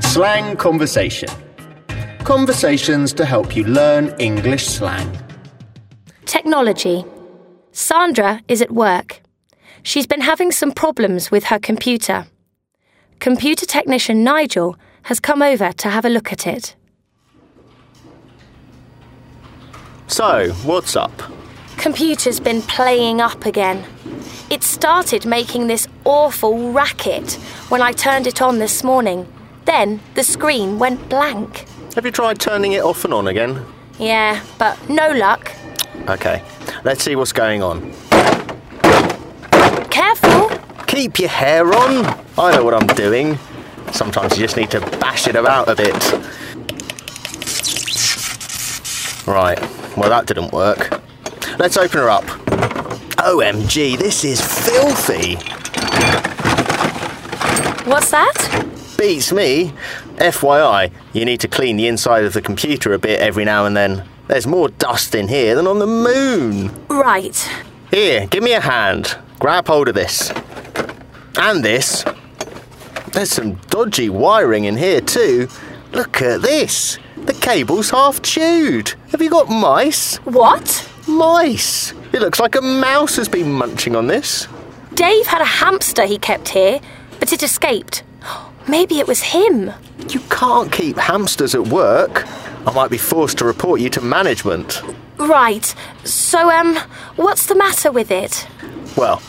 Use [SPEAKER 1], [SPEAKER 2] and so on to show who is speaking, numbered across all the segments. [SPEAKER 1] Slang Conversation. Conversations to help you learn English slang.
[SPEAKER 2] Technology. Sandra is at work. She's been having some problems with her computer. Computer technician Nigel has come over to have a look at it.
[SPEAKER 1] So, what's up?
[SPEAKER 2] Computer's been playing up again. It started making this awful racket when I turned it on this morning. Then the screen went blank.
[SPEAKER 1] Have you tried turning it off and on again?
[SPEAKER 2] Yeah, but no luck.
[SPEAKER 1] Okay, let's see what's going on.
[SPEAKER 2] Careful!
[SPEAKER 1] Keep your hair on! I know what I'm doing. Sometimes you just need to bash it about a bit. Right, well, that didn't work. Let's open her up. OMG, this is filthy!
[SPEAKER 2] What's that?
[SPEAKER 1] Beats me. FYI, you need to clean the inside of the computer a bit every now and then. There's more dust in here than on the moon.
[SPEAKER 2] Right.
[SPEAKER 1] Here, give me a hand. Grab hold of this. And this. There's some dodgy wiring in here, too. Look at this. The cable's half chewed. Have you got mice?
[SPEAKER 2] What?
[SPEAKER 1] Mice! It looks like a mouse has been munching on this.
[SPEAKER 2] Dave had a hamster he kept here, but it escaped. Maybe it was him.
[SPEAKER 1] You can't keep hamsters at work. I might be forced to report you to management.
[SPEAKER 2] Right. So, um, what's the matter with it?
[SPEAKER 1] Well,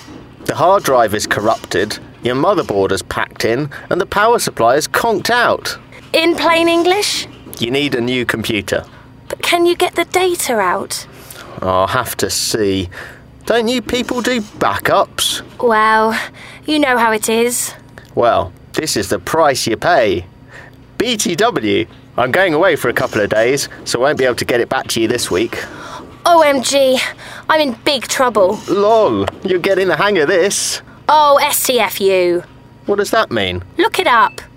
[SPEAKER 1] the hard drive is corrupted, your motherboard is packed in, and the power supply is conked out.
[SPEAKER 2] In plain English?
[SPEAKER 1] You need a new computer.
[SPEAKER 2] But can you get the data out?
[SPEAKER 1] I'll have to see. Don't you people do backups?
[SPEAKER 2] Well, you know how it is.
[SPEAKER 1] Well, this is the price you pay. BTW, I'm going away for a couple of days, so I won't be able to get it back to you this week.
[SPEAKER 2] OMG, I'm in big trouble.
[SPEAKER 1] Lol, you're getting the hang of this.
[SPEAKER 2] Oh, STFU.
[SPEAKER 1] What does that mean?
[SPEAKER 2] Look it up.